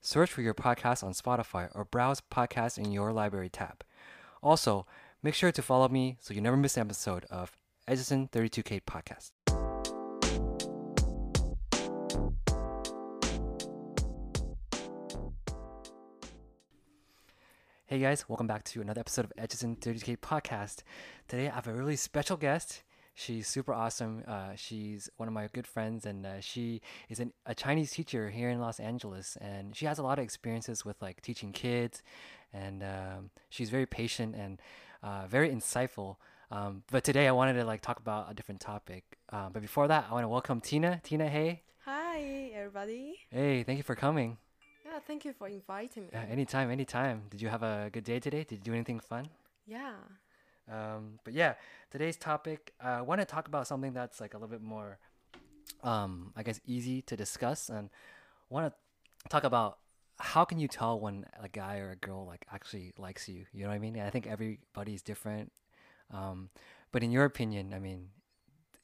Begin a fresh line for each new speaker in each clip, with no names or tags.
search for your podcast on Spotify, or browse podcasts in your library tab. Also, make sure to follow me so you never miss an episode of Edison 32K Podcast. Hey guys, welcome back to another episode of Edison 30K Podcast. Today I have a really special guest. She's super awesome. Uh, she's one of my good friends, and uh, she is an, a Chinese teacher here in Los Angeles. And she has a lot of experiences with like teaching kids, and um, she's very patient and uh, very insightful. Um, but today I wanted to like talk about a different topic. Uh, but before that, I want to welcome Tina. Tina, hey,
Hi, everybody.
hey, thank you for coming.
Yeah, thank you for inviting me.
Uh, anytime, anytime. Did you have a good day today? Did you do anything fun?
yeah.
Um, but yeah, today's topic, uh, I want to talk about something that's like a little bit more, um, I guess, easy to discuss, and want to talk about how can you tell when a guy or a girl like actually likes you? You know what I mean? And I think everybody's different. Um, but in your opinion, I mean,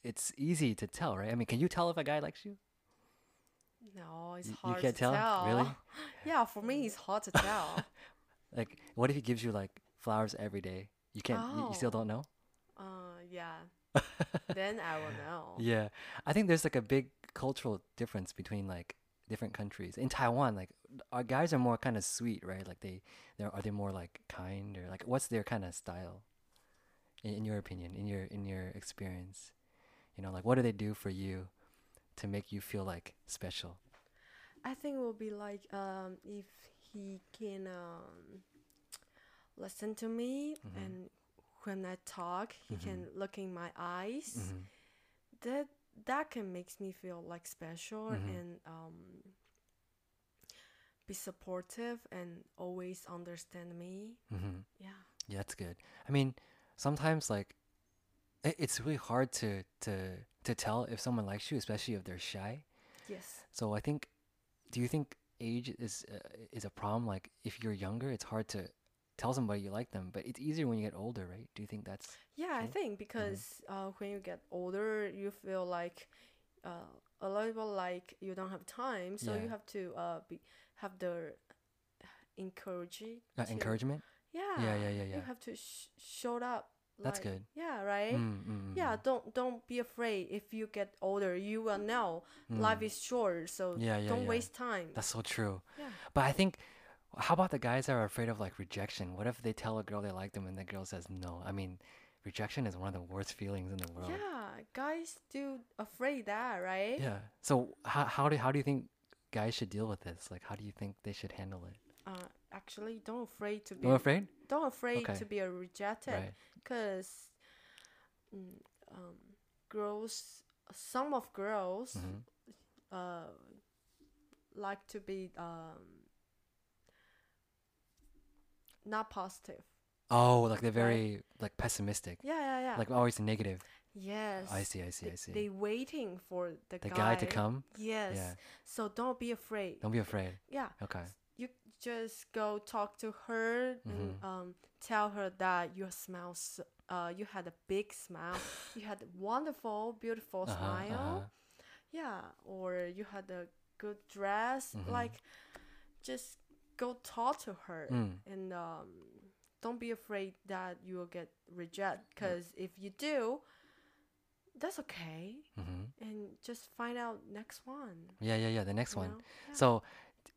it's easy to tell, right? I mean, can you tell if a guy likes you?
No, it's
Y- you
hard
can't
to
tell?
tell.
Really?
yeah, for me, it's hard to tell.
Like, what if he gives you like flowers every day? You can't. You, you still
Oh.
don't know.
uh, yeah. Then I will know.
Yeah, I think there's like a big cultural difference between like different countries. In Taiwan, like our guys are more kind of sweet, right? Like they, they are they more like kind or like what's their kind of style? In, in your opinion, in your in your experience, you know, like what do they do for you to make you feel like special?
I think it will be like um, if he can um, listen to me
Mhm.
and when I talk, he
Mhm.
can look in my eyes.
hmm
that that can makes me feel like special
Mhm.
and um be supportive and always understand me
hmm
yeah
Yeah, that's good. I mean, sometimes like it, it's really hard to to to tell if someone likes you, especially if they're shy.
yes
So I think, do you think age is uh, is a problem? Like if you're younger, it's hard to tell somebody you like them, but it's easier when you get older, right? Do you think that's
yeah
Okay.
i
Mm-hmm.
think because uh, when you get older you feel like uh, a little bit like you don't have time so
Yeah.
you have to uh, be have the encouraging
uh,
to-
encouragement?
yeah
Yeah, yeah, yeah,
you
yeah.
have to sh- show up
That's
like-
good.
yeah right
Mm, mm,
Eh? yeah
mm,
don't don't be afraid if you get older you will know life
mm.
is short so
Yeah, yeah,
don't
yeah.
waste time
That's so true.
yeah
But I think, how about the guys that are afraid of like rejection? What if they tell a girl they like them and the girl says no? I mean, rejection is one of the worst feelings in the world.
yeah guys do afraid that right
Yeah. So how how do how do you think guys should deal with this? Like, how do you think they should handle it?
uh, actually don't afraid to be
No afraid,
don't afraid
Okay.
to be a rejected
right?
because um, girls some of girls
Mhm.
uh, like to be um, not positive
Oh, like they're very like pessimistic,
yeah yeah yeah
like always negative.
yes
I see, I see, I see.
they waiting for the,
the guy to come.
Yes.
Yeah.
So don't be afraid.
Don't be afraid.
Yeah.
Okay.
You just go talk to her and
Mhm.
um, tell her that your smile, s- uh, you had a big smile. you had a wonderful, beautiful
Uh-huh,
smile.
uh-huh.
Yeah. Or you had a good dress.
Mhm.
Like, just go talk to her
Mm.
and um, don't be afraid that you will get rejected. Because if you do, that's okay.
hmm
And just find out next one.
Yeah, yeah, yeah. The next
you
one.
know? Yeah.
So, t-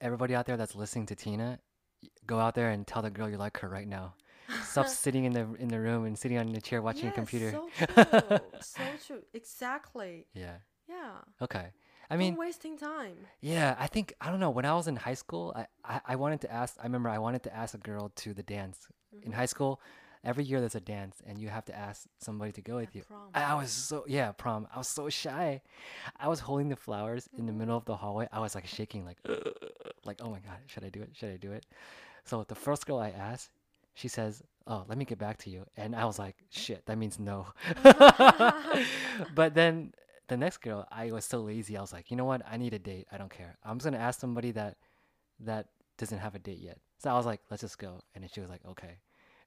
everybody out there that's listening to Tina, y- go out there and tell the girl you like her right now. Stop sitting in the in the room and sitting on the chair watching a
Yes,
computer.
So true. so true. Exactly.
yeah.
Yeah.
Okay. I mean,
Don't wasting time.
yeah. I think I don't know. When I was in
Mm-hmm.
high school, I, I I wanted to ask. I remember I wanted to ask a girl to the dance in high school. every year there's a dance and you have to ask somebody to go with
At
you. Ah.
prom.
I was so yeah, prom. I was so shy. I was holding the flowers in the middle of the hallway. I was like shaking, like like oh my god, should I do it? Should I do it? So the first girl I asked, she says, "Oh, let me get back to you," and I was like, "Shit, that means no." but then the next girl, I was so lazy. I was like, "You know what? I need a date. I don't care. I'm just gonna ask somebody that that doesn't have a date yet." So I was like, "Let's just go," and then she was like, "Okay."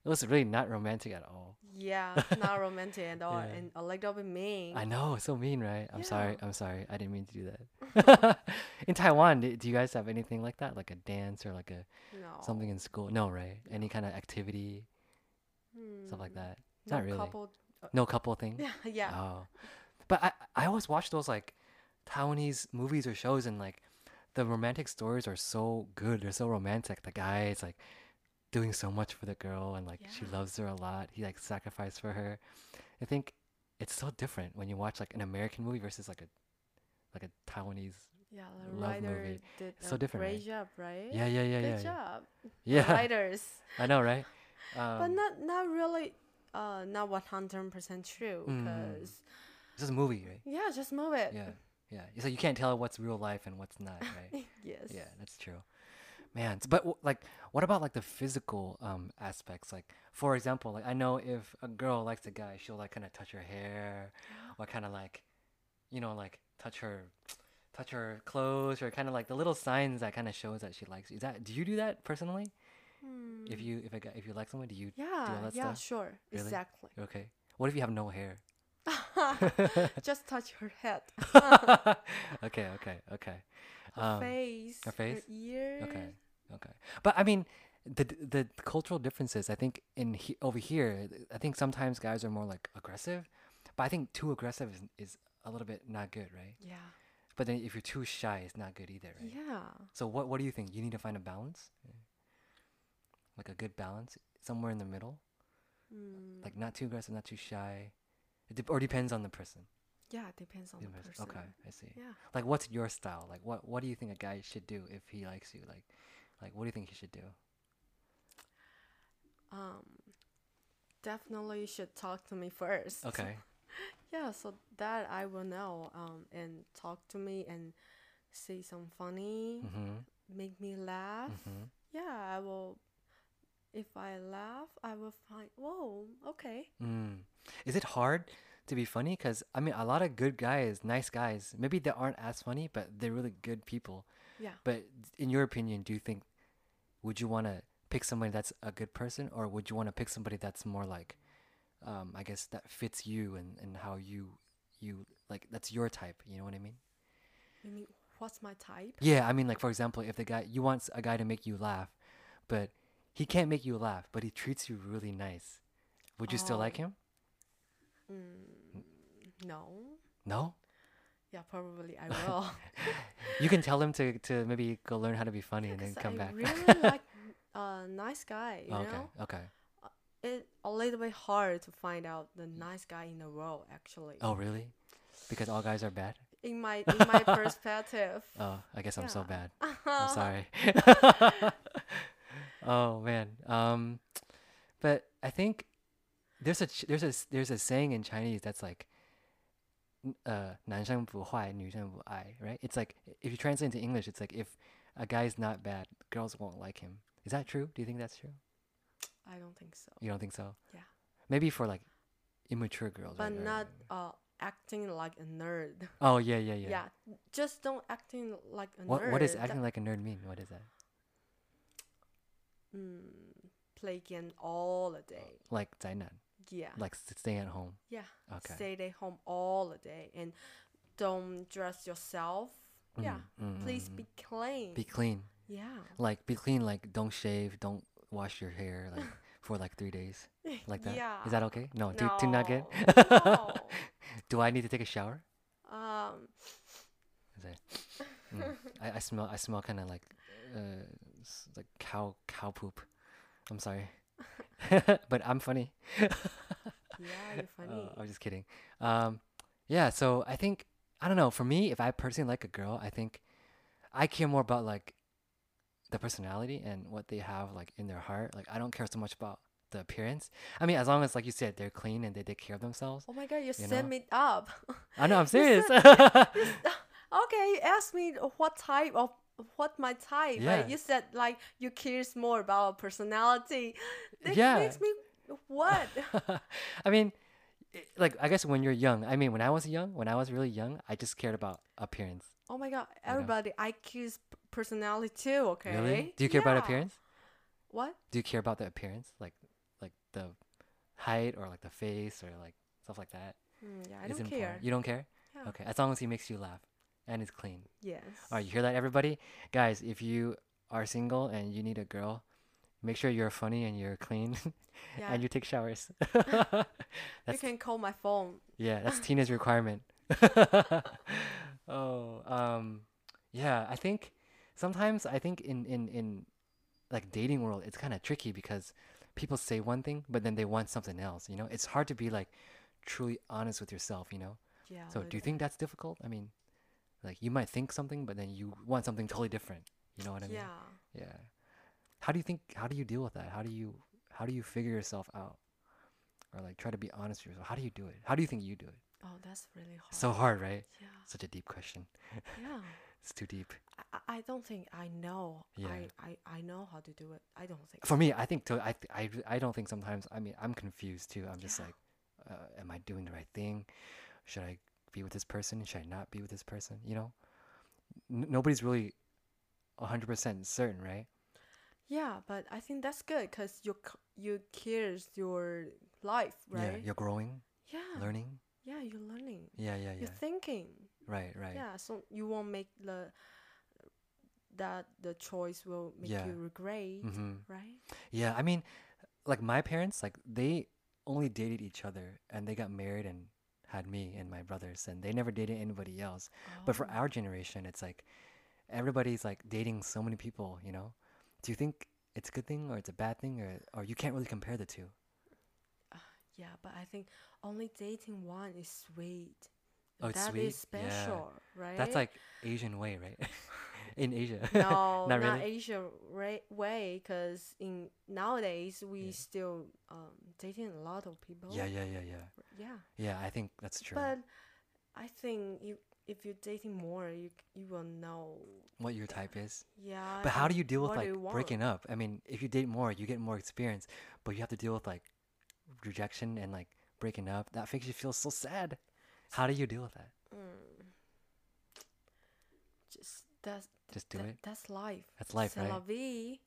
It was really not romantic at all.
Yeah, not romantic at all,
Yeah.
and a little bit mean.
I know, it's so mean, right? I'm sorry.
Yeah.
I'm sorry. I didn't mean to do that. in Taiwan, do, do you guys have anything like that? Like a dance or like a
no.
something in school? No, right? Any kind of activity, stuff like
Hmm.
that?
No
Not really.
Couple,
No couple thing?
yeah, yeah.
Oh. But I, I always watch those like Taiwanese movies or shows and like the romantic stories are so good. They're so romantic. The guy is like doing so much for the girl and like she
Yeah.
loves her a lot. He like sacrificed for her. I think it's so different when you watch like an American movie versus like a like a Taiwanese.
Yeah, the
Love movie.
writer did
So
a
different,
great
right?
job, right?
Yeah, yeah, yeah,
Good
yeah. yeah.
job,
Yeah,
writers.
I know, right? Um,
but not not really, uh, not one hundred percent true.
Mm.
Cause
it's just a movie, right?
yeah, just move it.
Yeah, yeah. So you can't tell what's real life and what's not, right?
yes.
Yeah, that's true. Man, s- but w- like, what about like the physical um aspects? Like, for example, like I know if a girl likes a guy, she'll like kind of touch her hair, or kind of like, you know, like touch her, touch her clothes, or kind of like the little signs that kind of shows that she likes. you. Is that do you do that personally? If
Hmm.
you if a guy, if you like someone, do you?
yeah,
that
yeah,
stuff?
sure,
Really?
exactly.
Okay. What if you have no hair?
just touch her head,
okay, okay, okay.
her face,
her Um, face?
ears.
Okay. Okay. But I mean, the d- the cultural differences. I think in he, over here, th- I think sometimes guys are more like aggressive, but I think too aggressive is, is a little bit not good, right?
Yeah.
But then if you're too shy, it's not good either, right?
Yeah.
So what what do you think? You need to find a balance, like a good balance somewhere in the middle,
Mm.
like not too aggressive, not too shy. It dep or depends on the person.
yeah, depends on the
Depends-
person.
Okay, I see.
Yeah.
Like, what's your style? Like, what what do you think a guy should do if he likes you? Like, like what do you think he should do?
Um, definitely should talk to me first.
Okay.
Yeah, so that I will know. Um, and talk to me and say some funny,
mm-hmm.
make me laugh.
Mm-hmm.
Yeah, I will. If I laugh, I will find. Whoa, okay.
Mm. Is it hard to be funny? Because, I mean, a lot of good guys, nice guys, maybe they aren't as funny, but they're really good people.
Yeah.
But in your opinion, do you think, would you want to pick somebody that's a good person or would you want to pick somebody that's more like, um, I guess that fits you and, and how you, you like, that's your type. You know what I mean?
You mean what's my type?
Yeah. I mean, like, for example, if the guy, you want s- a guy to make you laugh, but he can't make you laugh, but he treats you really nice. Would you still
Oh.
like him?
Mm, no.
No?
Yeah, probably I will.
You can tell him to, to maybe go learn how to be funny and then
Because
come
I
back. Oh,
really like a nice guy. You
okay,
know,
okay.
it a little bit hard to find out the nice guy in the world actually.
Mm. Oh, really? Because all guys are bad?
In my in my perspective.
Oh, I guess I'm so
Yeah. Uh-huh.
bad. I'm sorry. oh man. Um, but I think there's a ch- there's a s- there's a saying in Chinese that's like, n- uh, 男生不坏,女生不爱, right? It's like if you translate into English, it's like if a guy's not bad, girls won't like him. Is that true? Do you think that's true?
I don't think so.
You don't think so?
Yeah.
Maybe for like immature girls.
But
right? Or-
not uh acting like a nerd.
Oh yeah, yeah,
Yeah.
yeah.
Just don't acting like a
What
nerd.
what does acting like a nerd mean? What is that?
mm, play game all the day.
Like 宅男,
Yeah.
like s- staying at home.
yeah.
Okay.
Stay at home all the day and don't dress yourself. Yeah.
mm,
Please
mm,
be clean.
Be clean.
yeah.
Like be clean. Like don't shave. Don't wash your hair. Like for like three days. Like that. Is
Yeah.
that okay? No. Do do not get.
No,
do I need to take a shower?
no. um
Is that? Mm. I, I smell. I smell kind of like, uh, s- like cow cow poop. I'm sorry. but I'm funny.
yeah you're funny
Uh, I'm just kidding. Um, yeah, so I think I don't know. For me, if I personally like a girl, I think I care more about like the personality and what they have like in their heart. Like I don't care so much about the appearance. I mean, as long as like you said, they're clean and they take care of themselves.
Oh my god, you,
know?
send me up.
I know, I'm serious.
okay, you asked me what type of what my type.
Yeah.
Right? You said like you cares more about personality. That
Yeah.
makes me what?
I mean, it- like I guess when you're young. I mean, when I was young, when I was really young, I just cared about appearance.
oh my god, everybody I cares p- personality too, okay?
Really? Do you care about
Yeah.
appearance?
What?
Do you care about the appearance, like like the height or like the face or like stuff like that?
Mm, yeah, I
It's
don't
important.
care.
You don't care?
Yeah.
Okay, as long as he makes you laugh and is clean.
Yes.
All right, you hear that, everybody? Guys, if you are single and you need a girl, make sure you're funny and you're clean
yeah.
and you take showers.
you
that's-
can call my phone.
yeah, that's Tina's requirement. oh, um, yeah, I think sometimes I think in in in like dating world, it's kind of tricky because people say one thing, but then they want something else. You know, it's hard to be like truly honest with yourself. You know.
Yeah.
So
but-
do you think that's difficult? I mean, like you might think something, but then you want something totally different. You know what I mean?
Yeah.
Yeah. How do you think? How do you deal with that? How do you how do you figure yourself out, or like try to be honest with yourself? How do you do it? How do you think you do it?
Oh, that's really hard.
So hard, right?
yeah.
Such a deep question.
Yeah.
It's too deep.
I- I, I don't think I know.
Yeah.
I, I, I know how to do it. I don't think.
For me, I think to, I th- I r- I don't think sometimes. I mean, I'm confused too. I'm just
Yeah.
like, uh, am I doing the right thing? Should I be with this person? Should I not be with this person? You know, N- nobody's really hundred percent certain, right?
Yeah, but I think that's good because you c- you cares your life,
Yeah,
right?
you're growing,
Yeah.
learning.
yeah, you're learning.
Yeah, yeah, yeah.
You're thinking.
right, right.
Yeah, so you won't make the that the choice will make
Yeah.
you regret,
Mm-hmm.
right?
Yeah, I mean, like my parents, like they only dated each other and they got married and had me and my brothers and they never dated anybody else. But for
Oh.
our generation, it's like everybody's like dating so many people, you know? Do you think it's a good thing or it's a bad thing or or you can't really compare the two?
yeah, but I think only dating one is sweet.
Oh, it's
That
sweet.
is
Yeah.
special, right?
That's like Asian way, right? In Asia.
no,
Not
not,
really?
Asia ra- way, because in nowadays
Yeah.
we still um, dating a lot of people.
yeah, yeah, yeah, yeah.
yeah.
Yeah, I think that's true.
But I think you, if you're dating more, you you will know.
what your type is.
Yeah.
But how do you deal with
what do
like
you want?
breaking up? I mean, if you date more, you get more experience, but you have to deal with like rejection and like breaking up. That makes you feel so sad. How do you deal with that?
Mm. Just that's
Just do
that-
it.
That's life.
That's life,
C'est
right?
la vie.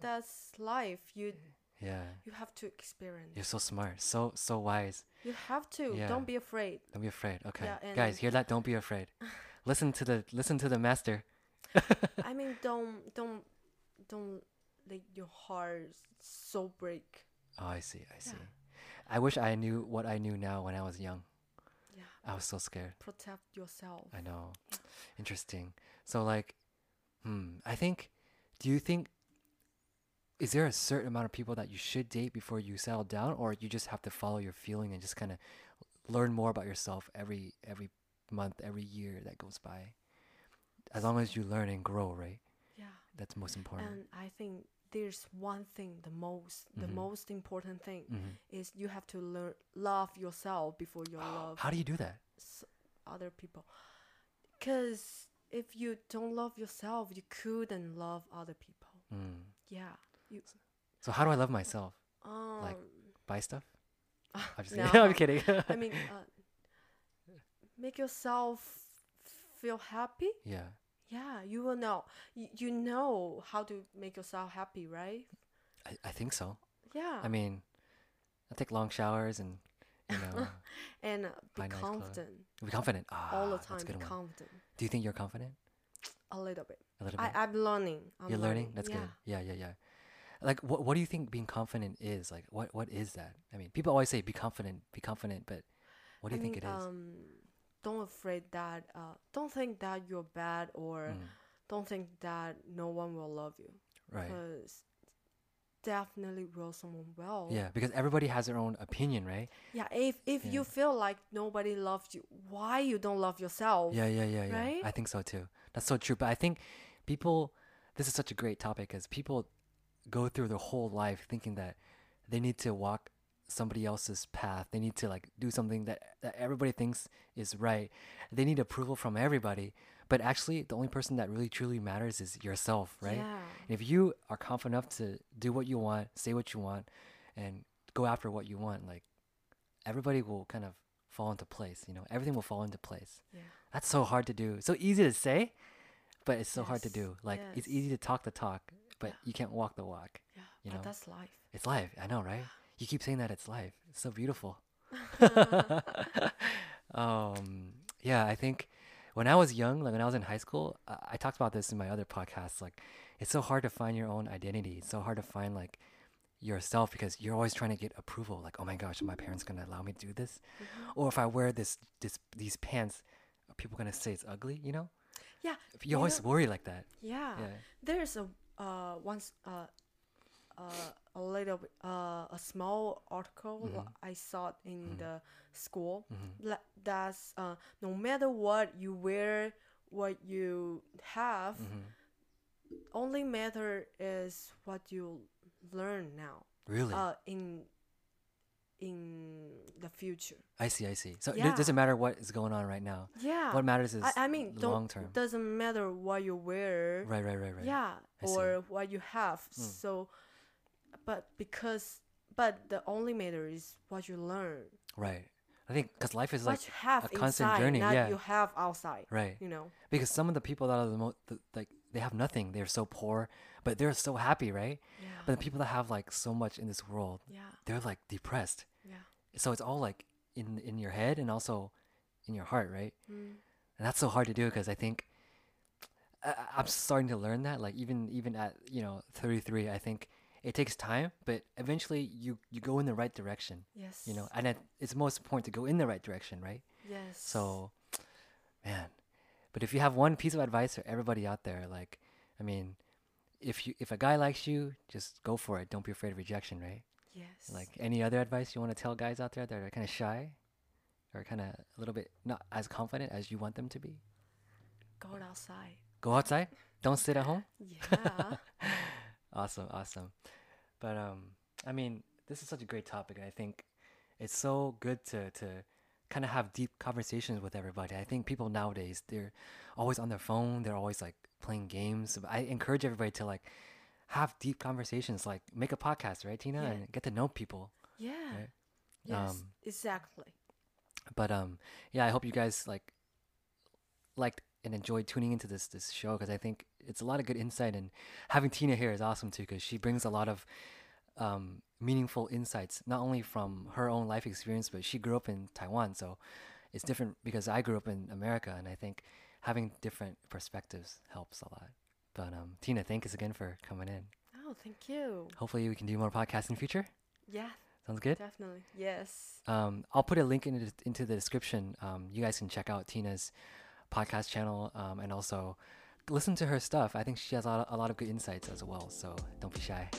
That's life. You
Yeah.
you have to experience.
You're so smart, so so wise.
You have to.
Yeah.
Don't be afraid.
Don't be afraid. Okay.
Yeah, and-
Guys, hear that? Don't be afraid. listen to the listen to the master. Oh,
I mean, don't don't don't let your heart so break.
Oh, I see. I see. I wish I knew what I knew now when I was young.
Yeah.
I was so scared.
Protect yourself.
I know. Interesting. So like, hmm, I think do you think is there a certain amount of people that you should date before you settle down or you just have to follow your feeling and just kind of learn more about yourself every every month, every year that goes by? As long as you learn and grow, right?
yeah.
That's most important.
And I think there's one thing the most the
Mhm.
most important thing
Mhm.
is you have to learn love yourself before you love
How do you do that?
s- other people. Cuz if you don't love yourself, you couldn't love other people.
Mm.
Yeah. You
So how do I love myself?
um
Buy stuff? I'm just
no.
kidding. I'm kidding.
I mean uh, make yourself feel happy.
yeah.
Yeah, you will know. You, you know how to make yourself happy, right?
I, I think so.
Yeah.
I mean, I take long showers and you know,
and uh, be
buy nice clothes.
confident.
be confident. Ah,
all the time
That's a
be
good one.
confident
Do you think you're confident?
a little bit
A little
I,
bit.
i'm learning I'm
you're learning. That's
yeah.
good. Yeah, yeah, yeah. Like, what what do you think being confident is? Like, what what is that? I mean, people always say be confident, be confident, but what do
I
you
mean,
think it is?
um don't afraid that uh don't think that you're bad or
Mm,
don't think that no one will love you
right.
because definitely will someone will
yeah, because everybody has their own opinion, right?
yeah if if
Yeah.
you feel like nobody loves you why you don't love yourself
Yeah, yeah, yeah, yeah.
Right?
I think so too. That's so true. But I think people, this is such a great topic because people go through their whole life thinking that they need to walk somebody else's path. They need to like do something that that everybody thinks is right. They need approval from everybody. But actually, the only person that really truly matters is yourself, right?
Yeah.
And if you are confident enough to do what you want, say what you want, and go after what you want, like everybody will kind of fall into place. You know, everything will fall into place.
Yeah.
That's so hard to do. So easy to say, but it's so hard to
Yes,
do. Like it's
yes.
easy to talk the talk, but
Yeah.
you can't walk the walk.
Yeah.
You
but
know?
that's life.
It's life. I know, right? You keep saying that it's life. It's so beautiful. um, yeah, I think when I was young, like when I was in high school, I, I talked about this in my other podcasts. Like, it's so hard to find your own identity. It's so hard to find like yourself because you're always trying to get approval. Like, oh my gosh, are my parents gonna allow me to do this?
Mm-hmm.
Or if I wear this, this, these pants, are people gonna say it's ugly? You know,
Yeah.
you
you
always
know-
worry like that.
Yeah.
Yeah.
There's a uh once uh uh a little bit, uh a small article
Mm-hmm.
wha- I saw in the school la- that's uh no matter what you wear what you have
Mm-hmm.
only matter is what you learn now
Really,
uh in in the future
I see, I see. So
yeah.
it doesn't matter what is going on right now.
yeah
What matters is
I, I mean don't
long term.
doesn't matter what you wear
Right, right, right, right.
yeah
I see. Hmm.
or what you have so but because but the only matter is what you learn
Right. I think because life is
what
like
you have
a constant
inside
journey.
not
Yeah.
you have outside
Right.
you know
Because some of the people that are the most like they have nothing. They're so poor, but they're so happy, right?
Yeah.
But the people that have like so much in this world,
yeah
they're like depressed.
yeah
So it's all like in in your head and also in your heart, right?
Hmm.
And that's so hard to do because I think I, I- I'm starting to learn that. Like even even at you know 33, I think it takes time, but eventually you you go in the right direction.
yes
You know, and it, it's most important to go in the right direction, right?
yes
So, man, but if you have one piece of advice for everybody out there, like, I mean, if you if a guy likes you, just go for it. Don't be afraid of rejection, right?
yes
Like, any other advice you want to tell guys out there that are kind of shy, or kind of a little bit not as confident as you want them to be?
go outside
Go outside. Don't sit at home.
yeah
Awesome, awesome. But um, I mean, this is such a great topic, and I think it's so good to to kind of have deep conversations with everybody. I think people nowadays they're always on their phone. They're always like playing games. But I encourage everybody to like have deep conversations, like make a podcast, right, Tina,
Yeah.
and get to know people.
yeah
Right.
yes
Um,
exactly
But um, yeah, I hope you guys like liked and enjoyed tuning into this this show because I think it's a lot of good insight and having Tina here is awesome too because she brings a lot of um, meaningful insights not only from her own life experience but she grew up in Taiwan so it's different because I grew up in America and I think having different perspectives helps a lot. But um, Tina, thank us again for coming in.
oh thank you
Hopefully we can do more podcasts in the future.
yeah
Sounds good.
definitely yes
Um, I'll put a link into the, into the description. Um, you guys can check out Tina's podcast channel um, and also listen to her stuff. I think she has a lot, a lot of good insights as well. So don't be shy.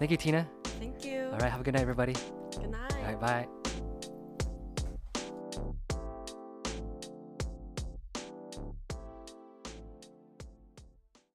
Thank you, Tina.
thank you
All right, have a good night, everybody.
good night
All right, bye.